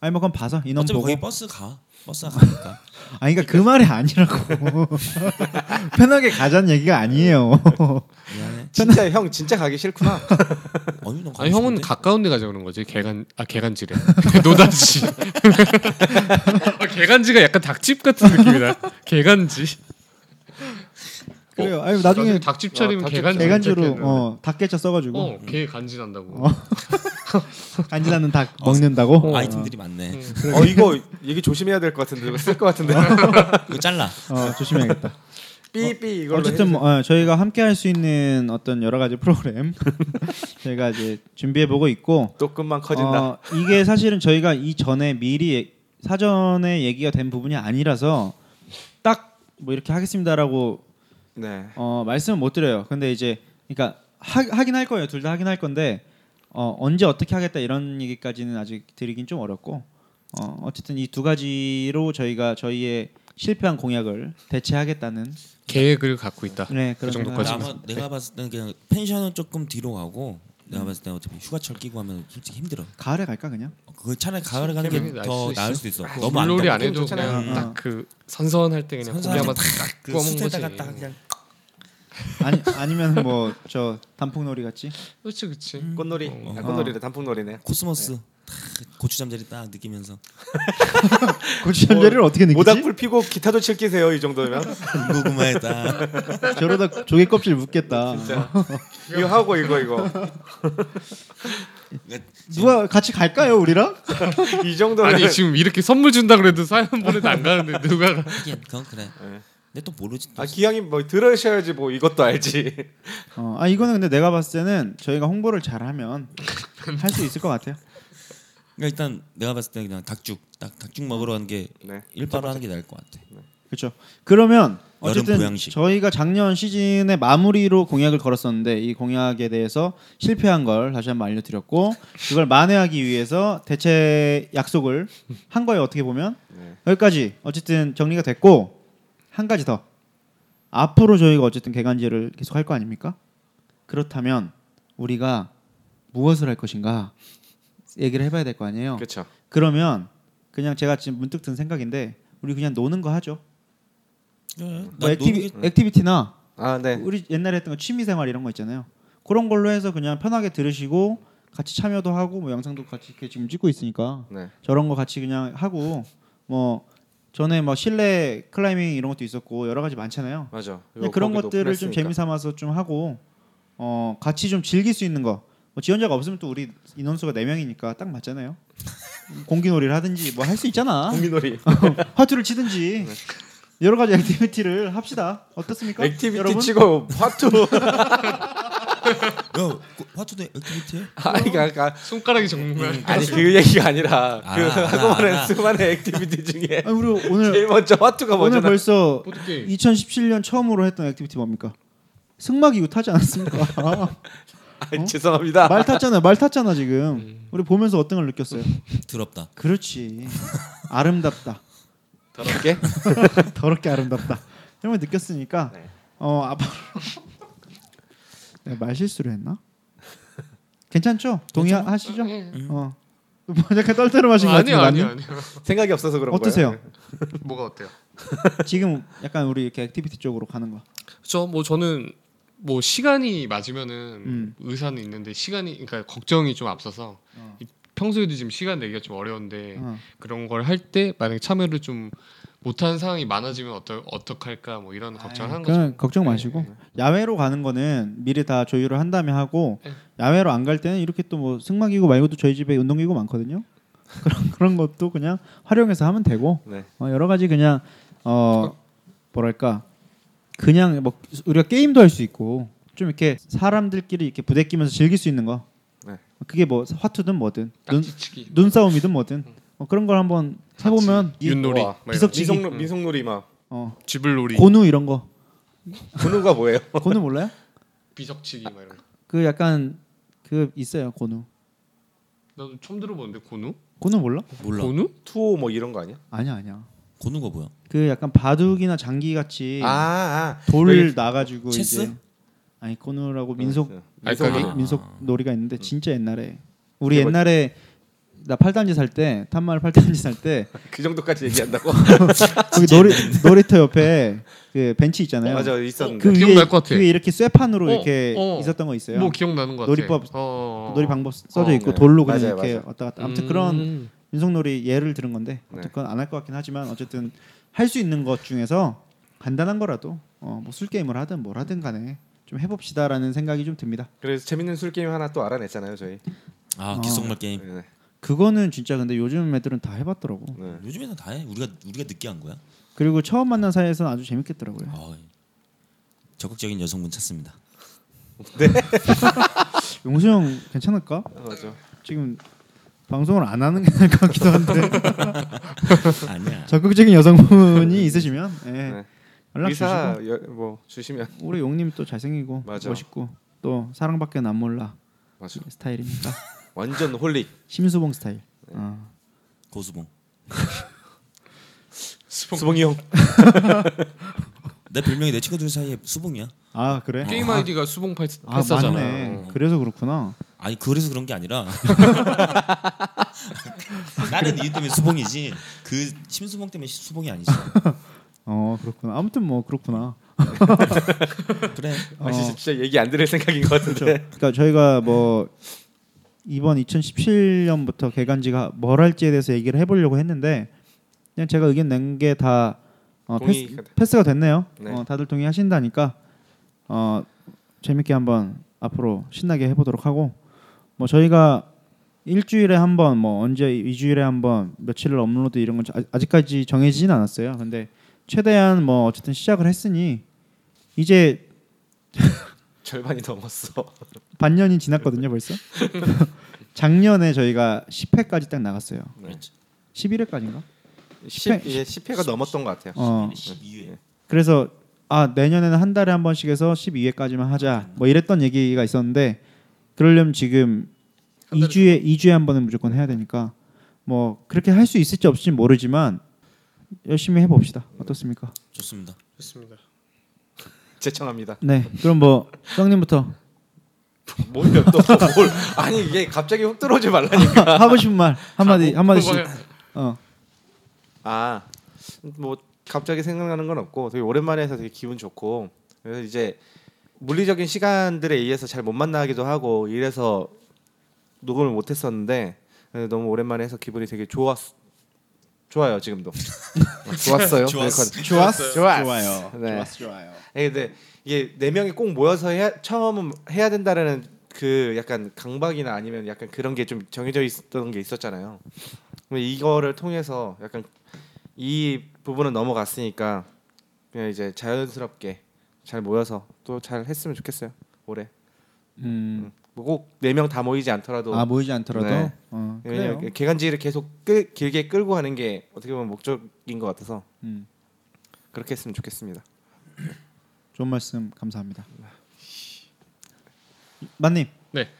Speaker 1: 아니 뭐 그건 봐서 인원
Speaker 2: 어차피
Speaker 1: 보고.
Speaker 2: 거기 버스 가. 버스 가니까.
Speaker 1: 아니 그러니까 그 말이 아니라고. 편하게 가자는 얘기가 아니에요.
Speaker 2: 미안해.
Speaker 3: 진짜 형 진짜 가기 싫구나.
Speaker 2: 어느 정
Speaker 4: 아니 형은 가까운 데 가자 그런 거지. 개간 아 개간지래. 노다지. 아, 개간지가 약간 닭집 같은 느낌이다. 개간지.
Speaker 1: 그래요. 아니 나중에
Speaker 4: 닭집
Speaker 3: 어,
Speaker 4: 차리면
Speaker 3: 닭집
Speaker 4: 개간지.
Speaker 1: 대간주로
Speaker 4: 괜찮겠네.
Speaker 1: 어, 닭게차 써가지고
Speaker 4: 어, 개 간지 난다고.
Speaker 1: 어. 간지나는 닭 먹는다고.
Speaker 2: 아이템들이 많네.
Speaker 4: 음.
Speaker 3: 어 이거 얘기 조심해야 될 것 같은데 쓸 것 같은데.
Speaker 2: 이거 잘라.
Speaker 1: 어, 어, 조심해야겠다.
Speaker 3: 삐삐 이걸로.
Speaker 1: 어쨌든
Speaker 3: 해주세요.
Speaker 1: 뭐, 어, 저희가 함께 할 수 있는 어떤 여러 가지 프로그램 저희가 이제 준비해 보고 있고
Speaker 3: 또 끝만 커진다.
Speaker 1: 어, 이게 사실은 저희가 이 전에 미리 예- 사전에 얘기가 된 부분이 아니라서 딱 뭐 이렇게 하겠습니다라고
Speaker 3: 네.
Speaker 1: 어, 말씀을 못 드려요. 근데 이제 그러니까 하, 하긴 할 거예요. 둘 다 하긴 할 건데 어, 언제 어떻게 하겠다 이런 얘기까지는 아직 드리긴 좀 어렵고 어, 어쨌든 이 두 가지로 저희가 저희의 실패한 공약을 대체하겠다는
Speaker 4: 계획을 갖고 있다.
Speaker 1: 네, 그런
Speaker 4: 정도까지.
Speaker 1: 생각을-
Speaker 2: 나마, 내가 봤을 때는 그냥 펜션은 조금 뒤로 가고 내가 봤을 때는 어차피 휴가철 끼고 하면 솔직히 힘들어.
Speaker 1: 가을에 갈까 그냥?
Speaker 2: 그 차라리 가을에 가는
Speaker 4: 재밌는
Speaker 2: 게
Speaker 4: 날씨도
Speaker 2: 더
Speaker 4: 있어.
Speaker 2: 나을 수도 있어. 너무 안
Speaker 4: 물놀이
Speaker 2: 덥고.
Speaker 4: 안 해도
Speaker 3: 괜찮아요.
Speaker 4: 그냥
Speaker 1: 음.
Speaker 4: 딱 그 선선할 때 그냥 고기
Speaker 2: 선선하게
Speaker 4: 한번 딱
Speaker 2: 그
Speaker 4: 구워 먹는
Speaker 2: 숯에다가 딱
Speaker 4: 거지.
Speaker 2: 그냥
Speaker 1: 아니 아니면 뭐 저 단풍놀이 같이?
Speaker 4: 그렇지 그렇지.
Speaker 3: 꽃놀이.
Speaker 1: 어.
Speaker 3: 아, 꽃놀이래 단풍놀이네.
Speaker 2: 코스모스 탁 고추잠자리 딱 느끼면서
Speaker 1: 고추잠자리를 어떻게 느끼지?
Speaker 3: 모닥불 피고 기타도 칠 끼세요 이 정도면.
Speaker 2: 군고구마에
Speaker 4: 네.
Speaker 2: 딱
Speaker 1: 저러다 조개 껍질 묶겠다.
Speaker 3: 진짜. 이거 하고 이거 이거.
Speaker 1: 누가 같이 갈까요, 우리랑?
Speaker 3: 이 정도면
Speaker 1: 네.
Speaker 4: 아니 지금 이렇게 선물 준다 그래도 사연 보내도 안 가는데 누가 가-
Speaker 2: 하긴 그건 그래.
Speaker 4: 네.
Speaker 2: 근데 또 모르지. 또.
Speaker 3: 아 기왕이 뭐 들으셔야지 뭐 이것도 알지.
Speaker 1: 어, 아 이거는 근데 내가 봤을 때는 저희가 홍보를 잘하면 할 수 있을 것 같아요.
Speaker 2: 그러니까 일단 내가 봤을 때 그냥 닭죽 딱 닭죽 먹으러 가는 게
Speaker 3: 네.
Speaker 2: 일바로 하는 게 나을 것 같아.
Speaker 1: 그렇죠. 그러면
Speaker 2: 여름
Speaker 1: 어쨌든
Speaker 2: 보양식.
Speaker 1: 저희가 작년 시즌의 마무리로 공약을 걸었었는데 이 공약에 대해서 실패한 걸 다시 한번 알려드렸고 그걸 만회하기 위해서 대체 약속을 한 거예요. 어떻게 보면
Speaker 3: 네.
Speaker 1: 여기까지 어쨌든 정리가 됐고 한 가지 더 앞으로 저희가 어쨌든 개간지를 계속 할 거 아닙니까? 그렇다면 우리가 무엇을 할 것인가 얘기를 해봐야 될 거 아니에요.
Speaker 3: 그렇죠.
Speaker 1: 그러면 그냥 제가 지금 문득 든 생각인데 우리 그냥 노는 거 하죠.
Speaker 4: 네.
Speaker 1: 뭐 액티비, 액티비티나
Speaker 3: 아 네.
Speaker 1: 우리 옛날에 했던 거 취미생활 이런 거 있잖아요. 그런 걸로 해서 그냥 편하게 들으시고 같이 참여도 하고 뭐 영상도 같이 이렇게 지금 찍고 있으니까
Speaker 3: 네.
Speaker 1: 저런 거 같이 그냥 하고 뭐 전에 뭐 실내 클라이밍 이런 것도 있었고 여러 가지 많잖아요.
Speaker 3: 맞아.
Speaker 1: 그냥 그런
Speaker 3: 거기도
Speaker 1: 것들을 좀
Speaker 3: 플랫이니까.
Speaker 1: 재미 삼아서 좀 하고 어 같이 좀 즐길 수 있는 거. 뭐 지원자가 없으면 또 우리 인원수가 4 명이니까 딱 맞잖아요. 공기놀이를 하든지 뭐 할 수 있잖아.
Speaker 3: 공기놀이.
Speaker 1: 화투를 치든지 여러 가지 액티비티를 합시다. 어떻습니까?
Speaker 3: 네. 액티비티
Speaker 1: 여러분?
Speaker 3: 치고 화투.
Speaker 2: 야, 그 화투대 액티비티?
Speaker 3: 아니 그러니까
Speaker 4: 손가락이
Speaker 1: 음.
Speaker 4: 정말
Speaker 3: 아니 그 얘기가 아니라 그
Speaker 2: 알아, 알아,
Speaker 3: 학원의
Speaker 2: 알아.
Speaker 3: 수많은 액티비티 중에
Speaker 1: 아니, 우리
Speaker 3: 제일
Speaker 1: 오늘
Speaker 3: 먼저 화투가 먼저
Speaker 1: 오늘
Speaker 3: 나.
Speaker 1: 벌써
Speaker 4: 보드게임.
Speaker 1: 2017년 처음으로 했던 액티비티 뭡니까? 승마기구 타지 않았습니까?
Speaker 3: 아, 죄송합니다.
Speaker 1: 말 탔잖아요. 말 탔잖아
Speaker 3: 음.
Speaker 1: 지금. 우리 보면서 어떤 걸 느꼈어요?
Speaker 2: 더럽다.
Speaker 1: 그렇지. 아름답다.
Speaker 3: 더럽게.
Speaker 1: 더럽게 아름답다. 이런 걸 느꼈으니까
Speaker 3: 네.
Speaker 1: 어 앞으로 내가 말 실수를 했나? 괜찮죠? 동의하시죠? 어. 뭐 약간 떨떠름 하신 것 같은데
Speaker 4: 음. 아니야
Speaker 1: 맞니?
Speaker 4: 아니야 아니야.
Speaker 3: 생각이 없어서 그런
Speaker 1: 어떠세요?
Speaker 3: 거예요.
Speaker 4: 뭐가 어때요?
Speaker 1: 지금 약간 우리 이렇게 액티비티 쪽으로 가는 거.
Speaker 4: 저 뭐 저는 뭐 시간이 맞으면은
Speaker 1: 음.
Speaker 4: 의사는 있는데 시간이 그러니까 걱정이 좀 앞서서 이- 평소에도 지금 시간 내기가 좀 어려운데
Speaker 1: 어.
Speaker 4: 그런 걸 할 때 만약에 참여를 좀 못하는 상황이 많아지면 어떠 어떡할까 뭐
Speaker 1: 아,
Speaker 4: 이런 걱정을 하는 거죠. 예,
Speaker 1: 그건 걱정 마시고 야외로 가는 거는 미리 다 조율을 한 다음에 하고
Speaker 4: 네.
Speaker 1: 야외로 안 갈 때는 이렇게 또 뭐 승마기구 말고도 저희 집에 운동기구 많거든요. 그런 그런 것도 그냥 활용해서 하면 되고
Speaker 3: 네.
Speaker 1: 어, 여러 가지 그냥 어 뭐랄까 그냥 뭐 우리가 게임도 할 수 있고 좀 이렇게 사람들끼리 이렇게 부대끼면서 즐길 수 있는 거.
Speaker 3: 네.
Speaker 1: 그게 뭐 화투든 뭐든 눈,
Speaker 4: 딱지치기,
Speaker 1: 눈싸움이든 뭐든 어, 그런 걸 한번 해보면 이- 어,
Speaker 4: 윷놀이,
Speaker 3: 우와.
Speaker 4: 막 이런
Speaker 1: 비석-
Speaker 4: 거.
Speaker 1: 떡지기.
Speaker 3: 민속 민속놀이 막
Speaker 1: 어,
Speaker 4: 쥐불놀이,
Speaker 1: 고누 이런 거
Speaker 3: 분우가 뭐예요?
Speaker 1: 고누 몰라요?
Speaker 4: 비석치기 막 이런. 거.
Speaker 1: 그 약간 그 있어요 고누.
Speaker 4: 나도 처음 들어보는데 고누?
Speaker 1: 그는 몰라?
Speaker 2: 몰라.
Speaker 4: 고누?
Speaker 3: 투오 뭐 이런 거 아니야?
Speaker 1: 아니야 아니야.
Speaker 2: 고는 거 뭐야?
Speaker 1: 그 약간 바둑이나 장기 같이
Speaker 3: 아, 아.
Speaker 1: 돌을 놔가지고
Speaker 2: 체스?
Speaker 1: 이제 아니 꼬누라고 민속
Speaker 4: 아니, 음.
Speaker 3: 민속
Speaker 4: 그러니까
Speaker 1: 놀이- 민속 놀이가 있는데 진짜 옛날에 우리
Speaker 3: 그게 뭐-
Speaker 1: 옛날에 나 팔단지 살 때 탄마을 팔단지 살때
Speaker 3: 그 정도까지 얘기한다고?
Speaker 1: 거기 놀이 놀이터 옆에 그 벤치 있잖아요.
Speaker 3: 맞아 있었는데.
Speaker 1: 그 위에
Speaker 4: 기억날 것 같아.
Speaker 1: 그 위에 이렇게 쇠판으로
Speaker 4: 어,
Speaker 1: 이렇게
Speaker 4: 어.
Speaker 1: 있었던 거 있어요.
Speaker 4: 뭐 기억나는 것 같아.
Speaker 1: 놀이법,
Speaker 4: 어.
Speaker 1: 놀이 방법 써져
Speaker 4: 어,
Speaker 1: 있고
Speaker 3: 네.
Speaker 1: 돌로 그냥
Speaker 3: 맞아요,
Speaker 1: 이렇게
Speaker 3: 맞아요.
Speaker 1: 왔다 갔다. 아무튼 그런
Speaker 4: 음.
Speaker 1: 민속놀이 예를 들은 건데
Speaker 3: 네.
Speaker 1: 어쨌건 안 할 것 같긴 하지만 어쨌든 할 수 있는 것 중에서 간단한 거라도 어, 뭐술 게임을 하든 뭘 하든 간에 좀 해봅시다라는 생각이 좀 듭니다.
Speaker 3: 그래서 재밌는 술 게임 하나 또 알아냈잖아요 저희.
Speaker 2: 아 기속말 게임.
Speaker 3: 네.
Speaker 1: 그거는 진짜 근데 요즘 애들은 다 해봤더라고.
Speaker 3: 네.
Speaker 2: 요즘에는 다 해. 우리가 우리가 늦게 한 거야.
Speaker 1: 그리고 처음 만난 사이에서는 아주 재밌겠더라고요.
Speaker 2: 어, 적극적인 여성분 찾습니다.
Speaker 1: 용수 형 괜찮을까?
Speaker 3: 맞아.
Speaker 1: 지금 방송을 안 하는 게 나을 것 같기도 한데
Speaker 2: 아니야.
Speaker 1: 적극적인 여성분이 있으시면 예,
Speaker 3: 네.
Speaker 1: 연락
Speaker 3: 의사
Speaker 1: 주시고
Speaker 3: 여, 뭐 주시면
Speaker 1: 우리 용님 또 잘생기고
Speaker 3: 맞아.
Speaker 1: 멋있고 또 사랑밖에 안 몰라
Speaker 3: 맞아.
Speaker 1: 스타일이니까
Speaker 3: 완전 홀릭.
Speaker 1: 심수봉 스타일. 어.
Speaker 2: 고수봉.
Speaker 3: 수봉이 형.
Speaker 2: 내 별명이 내 친구들 사이에 수봉이야.
Speaker 1: 아 그래?
Speaker 4: 게임 아이디가 수봉 패스,
Speaker 1: 아
Speaker 4: 패스잖아.
Speaker 1: 맞네. 그래서 그렇구나.
Speaker 2: 아니 그래서 그런 게 아니라 다른 이유 때문에 수봉이지. 그 심수봉 때문에 수봉이 아니지.
Speaker 1: 어 그렇구나. 아무튼 뭐 그렇구나.
Speaker 2: 그래.
Speaker 1: 어.
Speaker 3: 아, 진짜, 진짜 얘기 안 들을 생각인 것 같은데.
Speaker 1: 그러니까 저희가 뭐 이번 2017년부터 개간지가 뭘 할지에 대해서 얘기를 해보려고 했는데 그냥 제가 의견 낸 게 다 어, 패스,
Speaker 3: 동의가
Speaker 1: 패스가 됐네요.
Speaker 3: 네.
Speaker 1: 어, 다들 동의하신다니까 어, 재밌게 한번 앞으로 신나게 해보도록 하고 뭐 저희가 일주일에 한 번 뭐 언제 이주일에 한 번 며칠을 업로드 이런 건 아- 아직까지 정해지진 않았어요. 근데 최대한 뭐 어쨌든 시작을 했으니 이제
Speaker 3: 절반이 넘었어.
Speaker 1: 반년이 지났거든요 벌써. 작년에 저희가 10회까지 딱 나갔어요.
Speaker 3: 네.
Speaker 1: 11회까지인가?
Speaker 3: 10, 예, 10회가 넘었던 것 같아요.
Speaker 1: 어.
Speaker 2: 12회.
Speaker 1: 그래서 아 내년에는 한 달에 한 번씩 해서 12회까지만 하자. 뭐 이랬던 얘기가 있었는데 그러려면 지금
Speaker 4: 한 달에
Speaker 1: 2주에 2주에 한 번은 무조건 해야 되니까 뭐 그렇게 할 수 있을지 없을지 모르지만 열심히 해 봅시다. 어떻습니까?
Speaker 2: 좋습니다.
Speaker 4: 좋습니다.
Speaker 3: 제청합니다.
Speaker 1: 네. 그럼 뭐 형님부터
Speaker 3: 뭘요 또? 뭘? 아니 이게 갑자기 훅 들어오지 말라니.
Speaker 1: 하고 싶은 말 한마디
Speaker 4: 아,
Speaker 1: 한마디씩.
Speaker 4: 그거야.
Speaker 1: 어.
Speaker 3: 아, 뭐 갑자기 생각나는 건 없고 되게 오랜만에 해서 되게 기분 좋고 그래서 이제 물리적인 시간들에 의해서 잘 못 만나기도 하고 이래서 녹음을 못 했었는데 그래서 너무 오랜만에 해서 기분이 되게 좋았 좋아요 지금도 좋았어요
Speaker 2: 좋았어.
Speaker 1: 좋았어.
Speaker 3: 네, 좋았어.
Speaker 1: 좋아요.
Speaker 3: 네.
Speaker 1: 좋았어. 좋아요.
Speaker 3: 아니, 근데 이게 네 명이 꼭 모여서 해야, 처음은 해야 된다라는 그 약간 강박이나 아니면 약간 그런 게 좀 정해져 있었던 게 있었잖아요. 근데 이거를 통해서 약간 이 부분은 넘어갔으니까 그냥 이제 자연스럽게 잘 모여서 또 잘 했으면 좋겠어요. 올해
Speaker 1: 음.
Speaker 3: 뭐꼭네 명 다 모이지 않더라도
Speaker 1: 아 모이지 않더라도
Speaker 3: 네.
Speaker 1: 어, 그래요.
Speaker 3: 왜냐면 개간지를 계속 끌, 길게 끌고 가는 게 어떻게 보면 목적인 것 같아서
Speaker 1: 음,
Speaker 3: 그렇게 했으면 좋겠습니다.
Speaker 1: 좋은 말씀 감사합니다. 만님
Speaker 4: 네.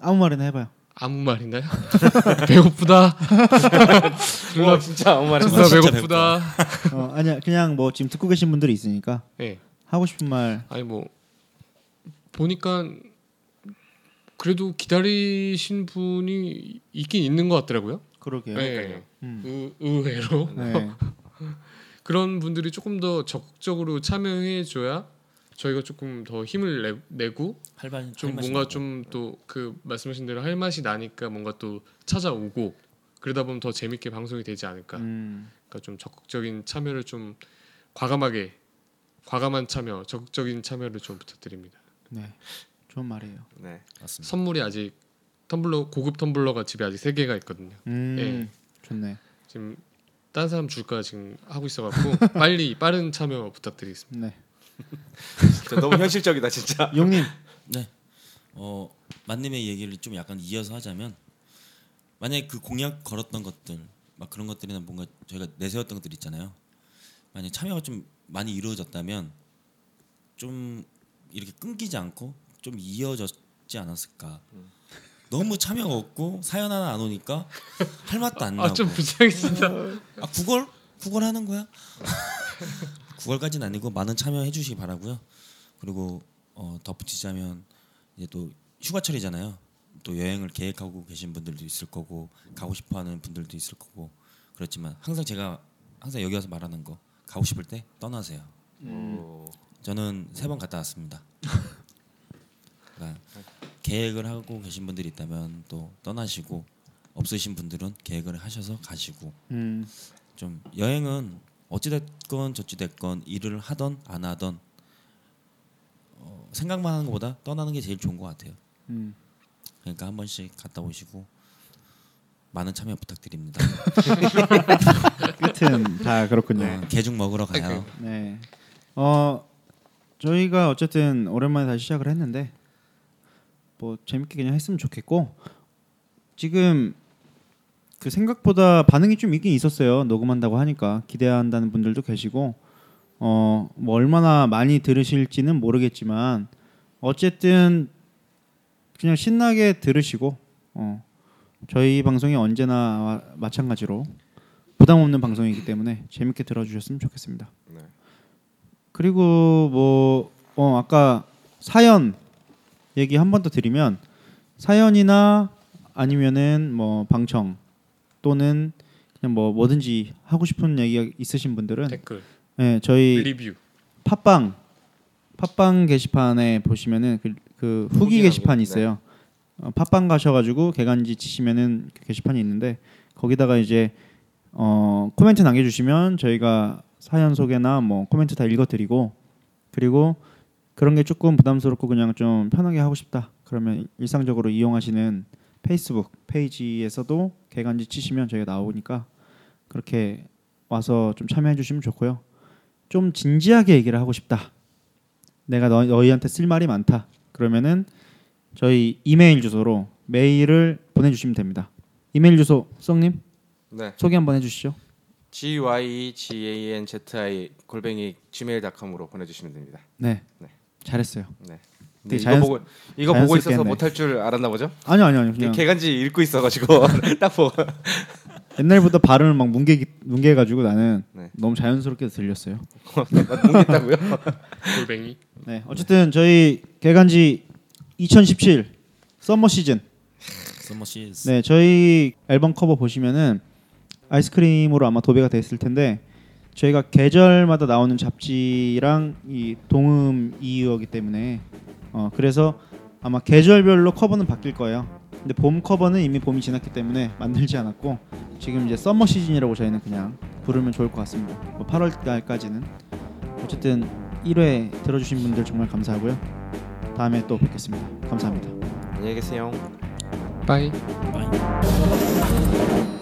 Speaker 1: 아무 말이나 해봐요.
Speaker 4: 아무 말인가요? 배고프다.
Speaker 3: 우와 진짜 아무 말
Speaker 4: 존나
Speaker 2: 진짜
Speaker 4: 배고프다.
Speaker 1: 어, 아니야 그냥 뭐 지금 듣고 계신 분들이 있으니까
Speaker 4: 예.
Speaker 1: 하고 싶은 말.
Speaker 4: 아니 뭐 보니까 그래도 기다리신 분이 있긴 있는 것 같더라고요.
Speaker 1: 그러게요.
Speaker 4: 네. 어,
Speaker 1: 음.
Speaker 4: 의, 의외로
Speaker 1: 네.
Speaker 4: 그런 분들이 조금 더 적극적으로 참여해줘야 저희가 조금 더 힘을 내, 내고
Speaker 2: 할반
Speaker 4: 좀 뭔가 좀 또 그 말씀하신 대로 할 맛이 나니까 뭔가 또 찾아오고 그러다 보면 더 재밌게 방송이 되지 않을까.
Speaker 1: 음,
Speaker 4: 그러니까 좀 적극적인 참여를 좀 과감하게 과감한 참여, 적극적인 참여를 좀 부탁드립니다.
Speaker 1: 네. 좋은 말이에요.
Speaker 3: 네.
Speaker 2: 맞습니다.
Speaker 4: 선물이 아직 텀블러 고급 텀블러가 집에 아직 세 개가 있거든요.
Speaker 1: 음,
Speaker 4: 네.
Speaker 1: 좋네.
Speaker 4: 지금 딴 사람 줄까 지금 하고 있어갖고 빨리 빠른 참여 부탁드리겠습니다.
Speaker 1: 네.
Speaker 3: 진짜 너무 현실적이다 진짜.
Speaker 1: 용님.
Speaker 2: 네. 어 만님의 얘기를 좀 약간 이어서 하자면 만약에 그 공약 걸었던 것들 막 그런 것들이나 뭔가 저희가 내세웠던 것들 있잖아요. 만약 에 참여가 좀 많이 이루어졌다면 좀 이렇게 끊기지 않고 좀 이어졌지 않았을까. 너무 참여가 없고 사연 하나 안 오니까 할 맛도 안 나고
Speaker 4: 아좀 불쌍했습니다.
Speaker 2: 아 구걸 구걸 하는 거야? 구걸까지는 아니고 많은 참여해 주시기 바라고요. 그리고 어, 덧붙이자면 이제 또 휴가철이잖아요. 또 여행을 계획하고 계신 분들도 있을 거고 가고 싶어하는 분들도 있을 거고 그렇지만 항상 제가 항상 여기 와서 말하는 거 가고 싶을 때 떠나세요. 저는 세 번 갔다 왔습니다. 그러니까 계획을 하고 계신 분들이 있다면 또 떠나시고 없으신 분들은 계획을 하셔서 가시고
Speaker 1: 음,
Speaker 2: 좀 여행은 어찌됐건 저찌됐건 일을 하던 안 하던 어, 생각만 하는 것보다 떠나는 게 제일 좋은 것 같아요.
Speaker 1: 음.
Speaker 2: 그러니까 한 번씩 갔다 오시고 많은 참여 부탁드립니다.
Speaker 1: 끝은 다 그렇군요.
Speaker 2: 어, 개죽 먹으러 가요.
Speaker 1: 네. 어 저희가 어쨌든 오랜만에 다시 시작을 했는데 뭐 재밌게 그냥 했으면 좋겠고 지금 그 생각보다 반응이 좀 있긴 있었어요. 녹음한다고 하니까 기대한다는 분들도 계시고 어뭐 얼마나 많이 들으실지는 모르겠지만 어쨌든 그냥 신나게 들으시고 어 저희 방송이 언제나 마찬가지로 부담 없는 방송이기 때문에 재밌게 들어주셨으면 좋겠습니다. 그리고 뭐 어, 아까 사연 얘기 한 번 더 드리면 사연이나 아니면은 뭐 방청 또는 그냥 뭐 뭐든지 하고 싶은 얘기가 있으신 분들은
Speaker 4: 댓글
Speaker 1: 네, 저희
Speaker 4: 리뷰
Speaker 1: 팟빵 팟빵 게시판에 보시면은 그, 그 후기
Speaker 3: 후기
Speaker 1: 게시판이
Speaker 3: 남겨-
Speaker 1: 있어요. 어, 팟빵 가셔가지고 개간지 치시면은 그 게시판이 있는데 거기다가 이제 어, 코멘트 남겨주시면 저희가 사연 소개나 뭐 코멘트 다 읽어드리고 그리고 그런 게 조금 부담스럽고 그냥 좀 편하게 하고 싶다 그러면 일상적으로 이용하시는 페이스북 페이지에서도 개간지 치시면 저희가 나오니까 그렇게 와서 좀 참여해 주시면 좋고요. 좀 진지하게 얘기를 하고 싶다. 내가 너, 너희한테 쓸 말이 많다. 그러면은 저희 이메일 주소로 메일을 보내주시면 됩니다. 이메일 주소 성님
Speaker 3: 네.
Speaker 1: 소개 한번 해주시죠.
Speaker 3: G Y E G A N Z I 골뱅이 gmail.com으로 보내주시면 됩니다.
Speaker 1: 네.
Speaker 3: 네.
Speaker 1: 잘했어요.
Speaker 3: 근데
Speaker 1: 되게
Speaker 3: 이거
Speaker 1: 자연-
Speaker 3: 보고 이거 보고
Speaker 1: 자연스럽게
Speaker 3: 있어서
Speaker 1: 했네.
Speaker 3: 못할 줄 알았나 보죠?
Speaker 1: 아니요 아니요 아니요. 그냥
Speaker 3: 개간지 읽고 있어가지고 딱 보고.
Speaker 1: 옛날보다 발음을 막 뭉개 뭉개가지고 나는
Speaker 3: 네.
Speaker 1: 너무 자연스럽게 들렸어요.
Speaker 3: 뭉겠다고요?
Speaker 4: 골뱅이
Speaker 1: 네. 어쨌든 저희 개간지 2017 썸머 시즌
Speaker 2: 썸머 시즌.
Speaker 1: 네, 저희 앨범 커버 보시면은 아이스크림으로 아마 도배가 돼 있을 텐데 저희가 계절마다 나오는 잡지랑 이 동음 이유이기 때문에 어 그래서 아마 계절별로 커버는 바뀔 거예요. 근데 봄 커버는 이미 봄이 지났기 때문에 만들지 않았고 지금 이제 썸머 시즌이라고 저희는 그냥 부르면 좋을 것 같습니다. 8월 달까지는 어쨌든 1회 들어주신 분들 정말 감사하고요. 다음에 또 뵙겠습니다. 감사합니다.
Speaker 3: 안녕히 계세요.
Speaker 4: 빠이
Speaker 2: 네.